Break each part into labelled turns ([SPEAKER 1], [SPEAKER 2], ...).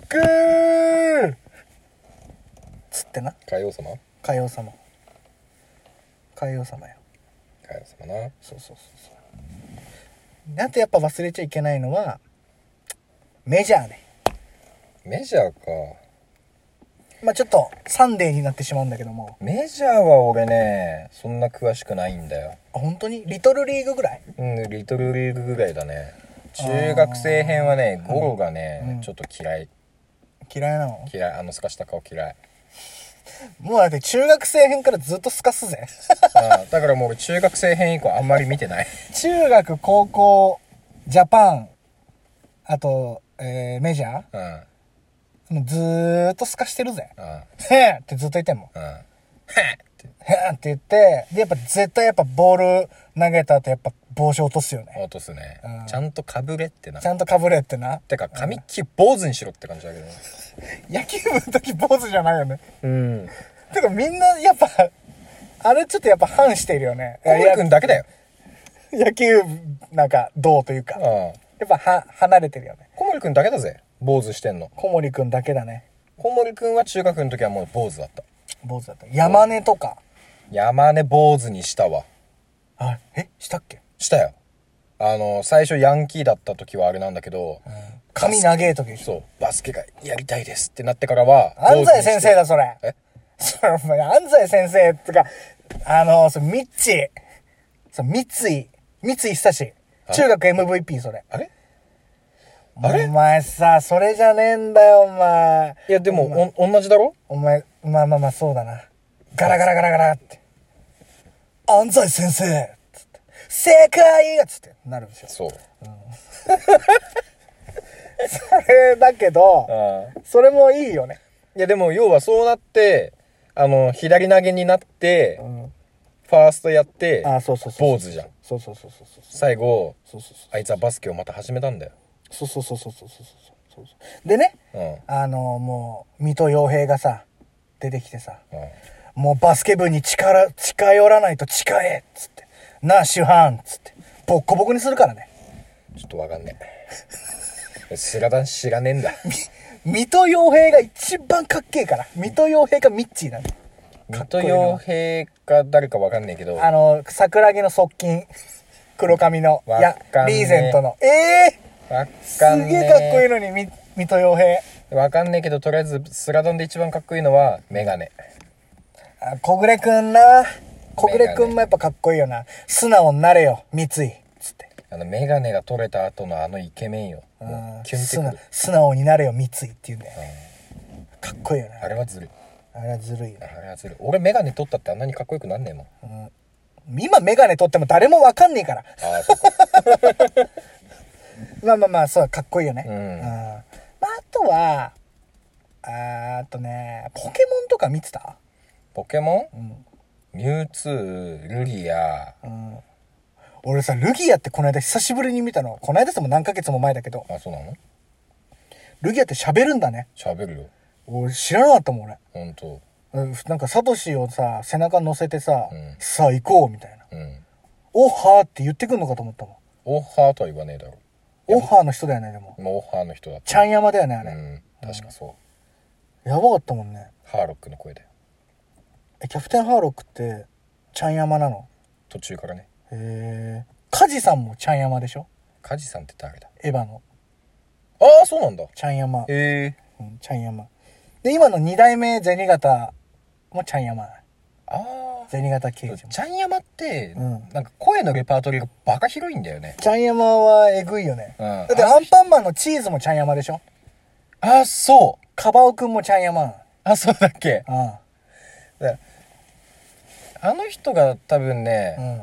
[SPEAKER 1] 国つってな
[SPEAKER 2] 海王様
[SPEAKER 1] 海王様海王様よ
[SPEAKER 2] 海王様な
[SPEAKER 1] そうそうそうそうあとやっぱ忘れちゃいけないのはメジャーね
[SPEAKER 2] メジャーか
[SPEAKER 1] まあちょっとサンデーになってしまうんだけども
[SPEAKER 2] メジャーは俺ねそんな詳しくないんだよ
[SPEAKER 1] あ本当にリトルリーグぐらい
[SPEAKER 2] うんリトルリーグぐらいだね中学生編はねゴロがね、
[SPEAKER 1] うん
[SPEAKER 2] ちょっと嫌い
[SPEAKER 1] 嫌いなの
[SPEAKER 2] 嫌いあのすかした顔嫌い
[SPEAKER 1] もうだって中学生編からずっとすかすぜ
[SPEAKER 2] あだからもう俺中学生編以降あんまり見てない
[SPEAKER 1] 中学高校ジャパンあと、えー、メジャー
[SPEAKER 2] うん
[SPEAKER 1] もうずーっとすかしてるぜ
[SPEAKER 2] うんうん
[SPEAKER 1] へえってずっと言ってんもんへえって言ってでやっぱ絶対やっぱボール投げた後やっぱ帽子落とすよね
[SPEAKER 2] 落とすね、
[SPEAKER 1] うん
[SPEAKER 2] ちゃんとかぶれってな
[SPEAKER 1] ちゃんとかぶれってな
[SPEAKER 2] てか髪切り坊主にしろって感じだけどね
[SPEAKER 1] 野球部の時坊主じゃないよね
[SPEAKER 2] うん
[SPEAKER 1] てかみんなやっぱあれちょっとやっぱ反してるよね
[SPEAKER 2] 小森君だけだよ
[SPEAKER 1] いや野球なんかどうというかや
[SPEAKER 2] うん
[SPEAKER 1] っぱは離れてるよね
[SPEAKER 2] 小森君だけだぜ坊主してんの
[SPEAKER 1] 小森くんだけだね
[SPEAKER 2] 小森君は中学の時はもう坊主だった
[SPEAKER 1] 坊主だった山根とか
[SPEAKER 2] 山根坊主にしたわ
[SPEAKER 1] あえしたっけ
[SPEAKER 2] したよあの最初ヤンキーだった時はあれなんだけど、
[SPEAKER 1] 髪長え時
[SPEAKER 2] そうバスケがやりたいですってなってからは
[SPEAKER 1] 安西先生だそれ
[SPEAKER 2] え
[SPEAKER 1] そ れお前安西先生ってかあのそれミッチーそう三井三井久志中学 MVP それ
[SPEAKER 2] あれあれ
[SPEAKER 1] お前さそれじゃねえんだよお前
[SPEAKER 2] いやでもお同じだろ
[SPEAKER 1] お前、まあまあまあ、そうだな。ガラガラガラガラって。安西先生つって。世界がつってなるんですよ。
[SPEAKER 2] そう
[SPEAKER 1] それだけど、
[SPEAKER 2] あ
[SPEAKER 1] それもいいよね。
[SPEAKER 2] いやでも要はそうなってあの左投げになって、
[SPEAKER 1] ん
[SPEAKER 2] ファーストやって
[SPEAKER 1] あ、そうそうそう。
[SPEAKER 2] 坊主じゃん。
[SPEAKER 1] そうそうそうそうそう。
[SPEAKER 2] 最後
[SPEAKER 1] そうそうそう。
[SPEAKER 2] あいつはバスケをまた始めたんだよ
[SPEAKER 1] そうそうそうそうそうそうそうそう。でね、
[SPEAKER 2] う
[SPEAKER 1] あの、もう、水戸洋平がさ、出てきてさ、
[SPEAKER 2] ん、うん、
[SPEAKER 1] もうバスケ部に力、近寄らないと近えっつって。なあ、主犯っつって。ボッコボコにするからね。
[SPEAKER 2] ちょっとわかんね えスラダン知らねえんだ
[SPEAKER 1] 水戸洋平が一番かっけえから水戸洋平かミッチーなんだ
[SPEAKER 2] 水戸洋平か誰かわかんねえけど
[SPEAKER 1] あの桜木の側近黒髪のい
[SPEAKER 2] わ
[SPEAKER 1] や
[SPEAKER 2] かんねえ
[SPEAKER 1] リーゼントのええ
[SPEAKER 2] わ
[SPEAKER 1] す
[SPEAKER 2] かん
[SPEAKER 1] げえかっこいい
[SPEAKER 2] ね
[SPEAKER 1] のにみ水戸洋平
[SPEAKER 2] えわかんねえけどとりあえずスラダンで一番かっこいいのはメガネ
[SPEAKER 1] あ小暮くんな小暮くんもやっぱかっこいいよな素直になれよ三井つって
[SPEAKER 2] あのメガネが取れた後のあのイケメンよも
[SPEAKER 1] うん
[SPEAKER 2] うキュンって
[SPEAKER 1] 素
[SPEAKER 2] く
[SPEAKER 1] 直
[SPEAKER 2] る
[SPEAKER 1] 素直になれよ三井って言うんだよねかっこいいよ
[SPEAKER 2] あ
[SPEAKER 1] な
[SPEAKER 2] れはずるい
[SPEAKER 1] あれはずるいよ
[SPEAKER 2] あれはずるい俺メガネ取ったってあんなにかっこよくなんねえもん
[SPEAKER 1] 今メガネ取っても誰もわかんねえから
[SPEAKER 2] ああそ うか
[SPEAKER 1] まあまあまあ、そう、かっこいいよね。
[SPEAKER 2] うん
[SPEAKER 1] まあ、あとは、あーあとね、ポケモンとか見てた
[SPEAKER 2] ポケモ
[SPEAKER 1] う
[SPEAKER 2] ン
[SPEAKER 1] ん。
[SPEAKER 2] ミュウツールギア
[SPEAKER 1] うん。俺さ、ルギアってこの間久しぶりに見たの。この間さも何ヶ月も前だけど、
[SPEAKER 2] あそうなの
[SPEAKER 1] ルギアって喋るんだね。
[SPEAKER 2] 喋るよ
[SPEAKER 1] 俺知らなかったもん、俺。
[SPEAKER 2] ほんと
[SPEAKER 1] うんなんか、サトシをさ、背中乗せてさ、
[SPEAKER 2] うん
[SPEAKER 1] さあ行こう、みたいな。
[SPEAKER 2] うん
[SPEAKER 1] オッハーって言ってくんのかと思ったもん。
[SPEAKER 2] オッハーとは言わねえだろ
[SPEAKER 1] オッハーの人だよね、でも。
[SPEAKER 2] 今オッハーの人だった
[SPEAKER 1] ちゃん山だよね、あれ。
[SPEAKER 2] うん確かそう
[SPEAKER 1] やばかったもんね。
[SPEAKER 2] ハーロックの声だよ
[SPEAKER 1] え、キャプテンハーロックって、ちゃん山なの
[SPEAKER 2] 途中からね
[SPEAKER 1] へえ。カジさんもちゃん山でしょ
[SPEAKER 2] カジさんって誰だ
[SPEAKER 1] エヴァの。
[SPEAKER 2] ああそうなんだ
[SPEAKER 1] ちゃん山。
[SPEAKER 2] へえ
[SPEAKER 1] うん、ちゃん山。で、今の二代目銭形もちゃん山。
[SPEAKER 2] ああ
[SPEAKER 1] 銭形刑事も。
[SPEAKER 2] ちゃんやまって、
[SPEAKER 1] うん
[SPEAKER 2] なんか声のレパートリーがバカ広いんだよね
[SPEAKER 1] ちゃん山はえぐいよね。
[SPEAKER 2] うん
[SPEAKER 1] だってアンパンマンのチーズもちゃん山でしょ
[SPEAKER 2] あそう
[SPEAKER 1] カバオくんもちゃん山。
[SPEAKER 2] あそうだっけ
[SPEAKER 1] あ
[SPEAKER 2] だあの人が多分ね、
[SPEAKER 1] あうん。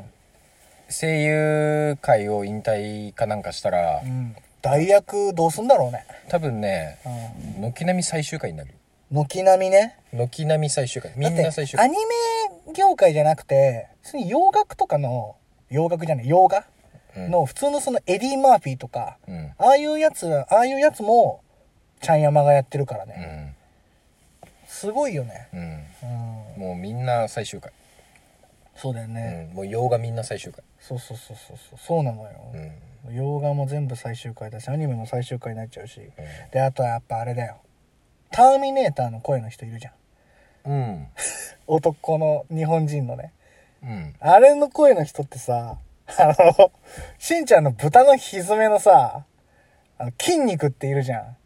[SPEAKER 2] 声優界を引退かなんかしたら、
[SPEAKER 1] うん。代役どうすんだろうね。
[SPEAKER 2] 多分ね
[SPEAKER 1] う
[SPEAKER 2] 軒並み最終回になる
[SPEAKER 1] ん。軒並みね。
[SPEAKER 2] 軒並み最終回み
[SPEAKER 1] だっ
[SPEAKER 2] ん
[SPEAKER 1] て
[SPEAKER 2] な最終
[SPEAKER 1] ア
[SPEAKER 2] 回
[SPEAKER 1] ニメ業界じゃなくて、普通に洋楽とかの、洋楽じゃない、洋画
[SPEAKER 2] うん
[SPEAKER 1] の普通のそのエディ・マーフィーとか、
[SPEAKER 2] うん、うん
[SPEAKER 1] ああいうやつ、ああいうやつも、ちゃん山がやってるからね。すごいよね。
[SPEAKER 2] う
[SPEAKER 1] う
[SPEAKER 2] ん
[SPEAKER 1] ん。
[SPEAKER 2] もうみんな最終回、
[SPEAKER 1] そうだよね。
[SPEAKER 2] うん、もう洋がみんな最終回
[SPEAKER 1] そうそうそうそうそう。そうなのよ。
[SPEAKER 2] うん
[SPEAKER 1] 洋画も全部最終回だしアニメも最終回になっちゃうし、であとはやっぱあれだよターミネーターの声の人いるじゃん
[SPEAKER 2] うん。
[SPEAKER 1] 男の日本人のね
[SPEAKER 2] うん。
[SPEAKER 1] あれの声の人ってさあのしんちゃんの豚のひずめのさあの筋肉っているじゃん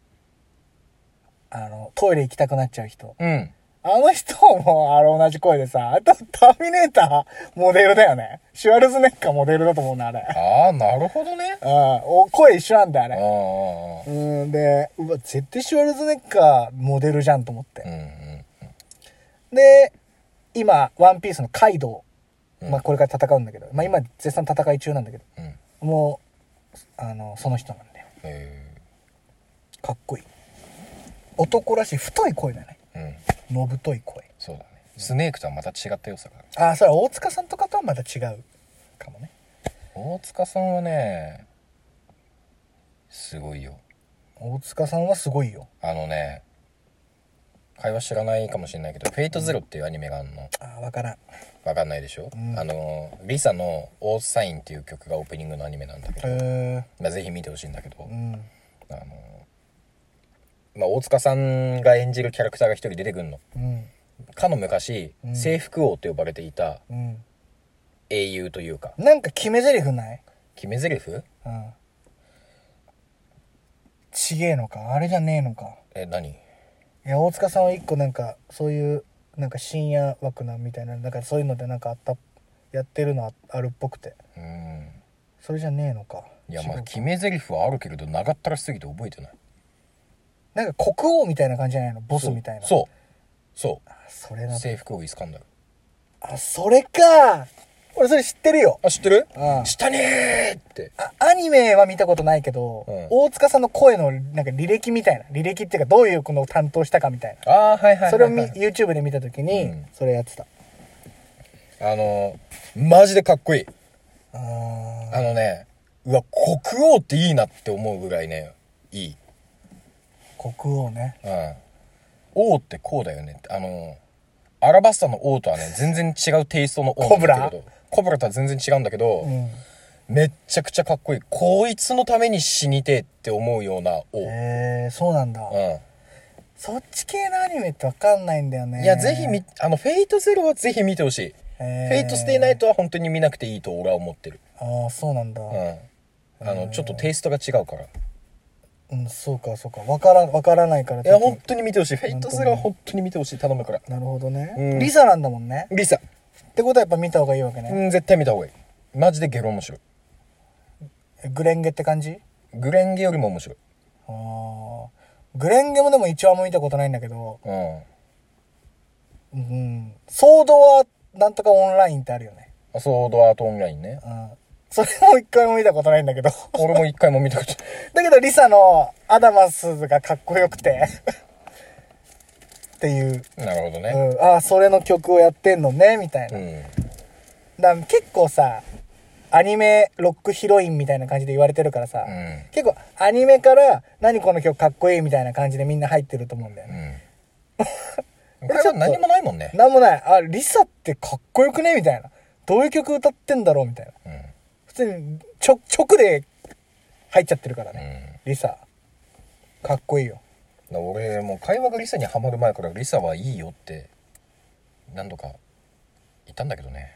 [SPEAKER 1] あのトイレ行きたくなっちゃう人
[SPEAKER 2] うん。
[SPEAKER 1] あの人も、あれ同じ声でさ、あとターミネーターモデルだよね。シュワルズネッカーモデルだと思うな、あれ。
[SPEAKER 2] ああ、なるほどね。
[SPEAKER 1] うん、お声一緒なんだよ、あ
[SPEAKER 2] ああ
[SPEAKER 1] れ。、うん、で、うわ、絶対シュワルズネッカーモデルじゃんと思って
[SPEAKER 2] うん。うん。
[SPEAKER 1] で、今、ワンピースのカイドウ、まあこれから戦うんだけど、まあ今絶賛戦い中なんだけど、
[SPEAKER 2] うん。
[SPEAKER 1] もう、あの、その人なんだよ。
[SPEAKER 2] え
[SPEAKER 1] かっこいい。男らしい太い声だね。
[SPEAKER 2] えうん。
[SPEAKER 1] のぶとい声。
[SPEAKER 2] そうだね。スネークとはまた違った良さがある。
[SPEAKER 1] ああ、それは大塚さんとかとはまた違うかもね。
[SPEAKER 2] 大塚さんはね、すごいよ。
[SPEAKER 1] 大塚さんはすごいよ。
[SPEAKER 2] あのね、会話知らないかもしれないけど、フェイトゼロっていうアニメがあるの。
[SPEAKER 1] ああ、わからん。
[SPEAKER 2] わかんないでしょ、あの、リサのオースサインっていう曲がオープニングのアニメなんだけど、
[SPEAKER 1] へ
[SPEAKER 2] まあ、ぜひ見てほしいんだけど、
[SPEAKER 1] え。うん。
[SPEAKER 2] あの、まあ、大塚さんが演じるキャラクターが一人出てくんの。
[SPEAKER 1] うん。
[SPEAKER 2] かの昔、征服王と呼ばれていた
[SPEAKER 1] うん。
[SPEAKER 2] 英雄というか、
[SPEAKER 1] なんか決め台詞ない
[SPEAKER 2] 決め台詞
[SPEAKER 1] うん。ちげえのかあれじゃねえのか
[SPEAKER 2] え、何
[SPEAKER 1] いや、大塚さんは一個なんか、そういう、なんか深夜枠なみたいな、なんかそういうのでなんかあった、やってるのああるっぽくて。
[SPEAKER 2] うん。
[SPEAKER 1] それじゃねえのか。
[SPEAKER 2] いや、
[SPEAKER 1] 違う
[SPEAKER 2] まあ、
[SPEAKER 1] か
[SPEAKER 2] 決め台詞はあるけれど、長ったらしすぎて覚えてない。
[SPEAKER 1] なんか国王みたいな感じじゃないのボスみたいな。う。
[SPEAKER 2] そう。そ
[SPEAKER 1] それ
[SPEAKER 2] う。
[SPEAKER 1] な。
[SPEAKER 2] 制服をイスカンダル。
[SPEAKER 1] あ、それか俺それ知ってるよ。
[SPEAKER 2] あ、知ってる
[SPEAKER 1] うん
[SPEAKER 2] 下にーって。
[SPEAKER 1] あアニメは見たことないけど、
[SPEAKER 2] うん
[SPEAKER 1] 大塚さんの声のなんか履歴みたいな履歴っていうかどういうこのを担当したかみたいな、
[SPEAKER 2] ああ、はいはいはいはい。
[SPEAKER 1] それをみ YouTube で見た時に、
[SPEAKER 2] うん
[SPEAKER 1] それやってた
[SPEAKER 2] あのー、マジでかっこいい。
[SPEAKER 1] あー
[SPEAKER 2] あのね、うわ、国王っていいなって思うぐらいね、いい。
[SPEAKER 1] 国王ね
[SPEAKER 2] うん。王ってこうだよねって。あのー、アラバスタの王とはね、全然違うテイストの王なんだけど。コブラとは全然違うんだけど、
[SPEAKER 1] うん
[SPEAKER 2] めっちゃくちゃかっこいい。こいつのために死にてえって思うような王。
[SPEAKER 1] えー、そうなんだ、
[SPEAKER 2] うん。
[SPEAKER 1] そっち系のアニメってわかんないんだよね
[SPEAKER 2] いや、ぜひみ、あの、フェイトゼロはぜひ見てほしい。フ
[SPEAKER 1] へー
[SPEAKER 2] ェイトステイナイトは本当に見なくていいと俺は思ってる。
[SPEAKER 1] ああそうなんだ、
[SPEAKER 2] うん。あの、ちょっとテイストが違うから。い
[SPEAKER 1] うん、そうかそうかわからわからないからちょ
[SPEAKER 2] や、
[SPEAKER 1] っと
[SPEAKER 2] 本当に見てほしい。フェイトゼロは本当に見てほしい。頼むから。
[SPEAKER 1] なるほどね、
[SPEAKER 2] うん
[SPEAKER 1] リサなんだもんね
[SPEAKER 2] リサ、
[SPEAKER 1] ってことはやっぱ見た方がいいわけね、
[SPEAKER 2] うん、絶対見た方がいい。マジでゲロ面白い。
[SPEAKER 1] グレンゲって感じ
[SPEAKER 2] グレンゲよりも面白い。
[SPEAKER 1] あーグレンゲもでも一話も見たことないんだけど、
[SPEAKER 2] うん。
[SPEAKER 1] うん、ソードはなんとかオンラインってあるよね。
[SPEAKER 2] あソードアートオンラインね
[SPEAKER 1] う。ん。それも一回も見たことないんだけど。
[SPEAKER 2] 俺も一回も見たことない。
[SPEAKER 1] だけどリサのアダマスがかっこよくて。 っていう。
[SPEAKER 2] なるほど
[SPEAKER 1] う
[SPEAKER 2] ね。
[SPEAKER 1] ん、ああ、それの曲をやってんのね、みたいな。
[SPEAKER 2] うん。
[SPEAKER 1] だから結構さ、アニメロックヒロインみたいな感じで言われてるからさ、
[SPEAKER 2] うん
[SPEAKER 1] 結構アニメから何この曲かっこいいみたいな感じでみんな入ってると思うんだよね。
[SPEAKER 2] うん。これは何もないもんね。
[SPEAKER 1] なんもない。あ、リサってかっこよくねみたいな。どういう曲歌ってんだろうみたいな。
[SPEAKER 2] うん。
[SPEAKER 1] 普通にちょ直で入っちゃってるから
[SPEAKER 2] う
[SPEAKER 1] ね、
[SPEAKER 2] ん。
[SPEAKER 1] リサかっこいいよ
[SPEAKER 2] だから俺もう会話がリサにはまる前からリサはいいよって何度か言ったんだけどね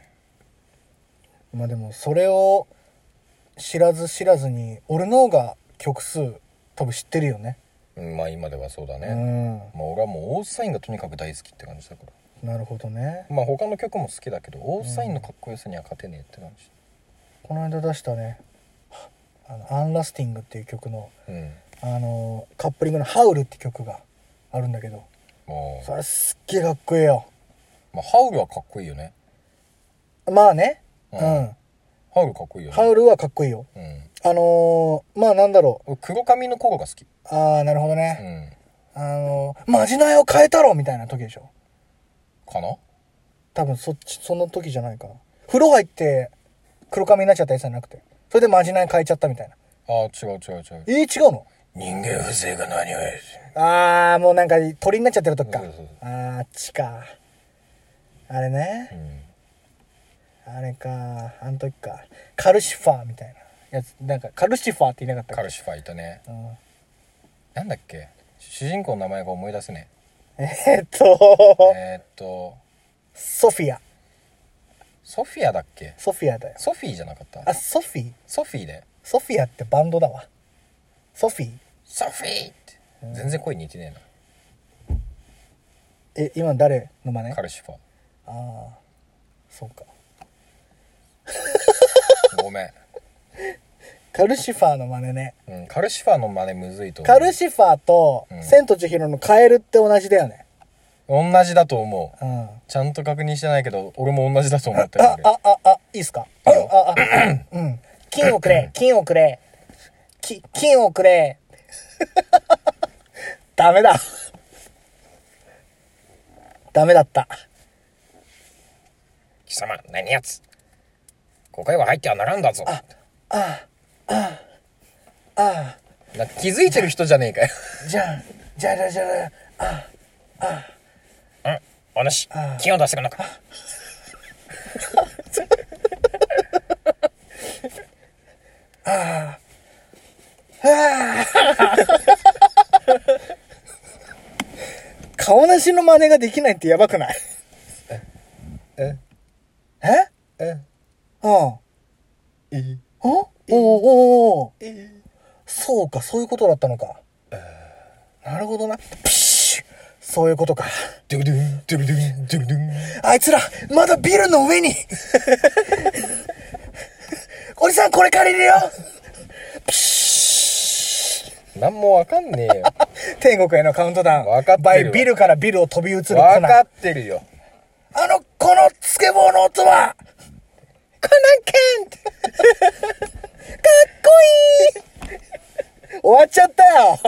[SPEAKER 1] まあでもそれを知らず知らずに俺の方が曲数多分知ってるよね
[SPEAKER 2] うんまあ今ではそうだ
[SPEAKER 1] う
[SPEAKER 2] ね、
[SPEAKER 1] ん
[SPEAKER 2] まあ俺はもうオースサインがとにかく大好きって感じだから
[SPEAKER 1] なるほどね
[SPEAKER 2] まあ他の曲も好きだけどオースサインのかっこよさには勝てねえって感じ
[SPEAKER 1] この間出したね「あのアンラスティング」っていう曲の
[SPEAKER 2] うん
[SPEAKER 1] あのカップリングの「ハウル」って曲があるんだけど
[SPEAKER 2] もう
[SPEAKER 1] それすっげえかっこいいよ
[SPEAKER 2] まあハウルはかっこいいよね
[SPEAKER 1] まあねう、
[SPEAKER 2] うんんハウルかっこいいよ
[SPEAKER 1] ハ
[SPEAKER 2] ね
[SPEAKER 1] ウルはかっこいいよ
[SPEAKER 2] うん
[SPEAKER 1] あのー、まあなんだろ
[SPEAKER 2] 俺黒髪の頃が好き
[SPEAKER 1] うああなるほどね、
[SPEAKER 2] うん
[SPEAKER 1] あの、まじないを変えたろみたいな時でしょ。
[SPEAKER 2] かな
[SPEAKER 1] 多分そっち、その時じゃないかな。風呂入って黒髪になっちゃったやつじゃなくて。それでまじない変えちゃったみたいな。
[SPEAKER 2] あー違う違う違う
[SPEAKER 1] えー、違うの
[SPEAKER 2] 人間不正が何をやる
[SPEAKER 1] あー、もうなんか鳥になっちゃってる時か
[SPEAKER 2] そうそう。
[SPEAKER 1] あー、あっちか。あれね。
[SPEAKER 2] うん
[SPEAKER 1] あれか。あの時か。カルシファーみたいな。やつなんかカルシファーって言いなかった
[SPEAKER 2] カ
[SPEAKER 1] っ
[SPEAKER 2] ルシファーいたね
[SPEAKER 1] け、うん
[SPEAKER 2] なんだっけ主人公の名前が思い出せね
[SPEAKER 1] えっと、
[SPEAKER 2] えーっと
[SPEAKER 1] ソフィア
[SPEAKER 2] ソフィアだっけ
[SPEAKER 1] ソフィアだよ
[SPEAKER 2] ソフィーじゃなかっ
[SPEAKER 1] あ
[SPEAKER 2] た
[SPEAKER 1] ソフィー
[SPEAKER 2] ソフィーだよ
[SPEAKER 1] ソフィアってバンドだわソフィー
[SPEAKER 2] ソフィーって全然声似てね
[SPEAKER 1] え今の誰の真
[SPEAKER 2] え
[SPEAKER 1] 似
[SPEAKER 2] なカルシファー
[SPEAKER 1] ああそうか
[SPEAKER 2] ごめん、
[SPEAKER 1] カルシファーの真似ね
[SPEAKER 2] うん、カルシファーの真似むずいと思う
[SPEAKER 1] カルシファーと
[SPEAKER 2] う
[SPEAKER 1] 「
[SPEAKER 2] ん
[SPEAKER 1] 千と千尋のカエル」って同じだよね
[SPEAKER 2] 同じだと思う
[SPEAKER 1] うん
[SPEAKER 2] ちゃんと確認してないけど俺も同じだと思ってる
[SPEAKER 1] あ
[SPEAKER 2] 俺
[SPEAKER 1] あああいいっすかあああうん金をく れ金をくれき金をくれ ダメだダメだった
[SPEAKER 2] 貴様何やつ誤解は入ってはならんだぞああああ気づいてる人じゃねえかよ
[SPEAKER 1] じゃんじゃらじゃら
[SPEAKER 2] うんお主気を出してくんなか
[SPEAKER 1] 顔なしの真似ができないってやばくない
[SPEAKER 2] え
[SPEAKER 1] えうんお
[SPEAKER 2] え
[SPEAKER 1] おおおそうかそういうことだったのかなるほどなプシュッそういうことか
[SPEAKER 2] ドゥルドゥンドゥルドゥンドゥルドゥン
[SPEAKER 1] あいつら、まだビルの上に。 おじさん、これ借りるよ。
[SPEAKER 2] 何もわかんね えよ
[SPEAKER 1] 天国へのカウントダウン。
[SPEAKER 2] わかってる
[SPEAKER 1] バイビルからビルを飛び移るコナ
[SPEAKER 2] わ
[SPEAKER 1] ン
[SPEAKER 2] かってるよ
[SPEAKER 1] あの、このスケボーの音は、コナン ケンかっこいい終わっちゃったよ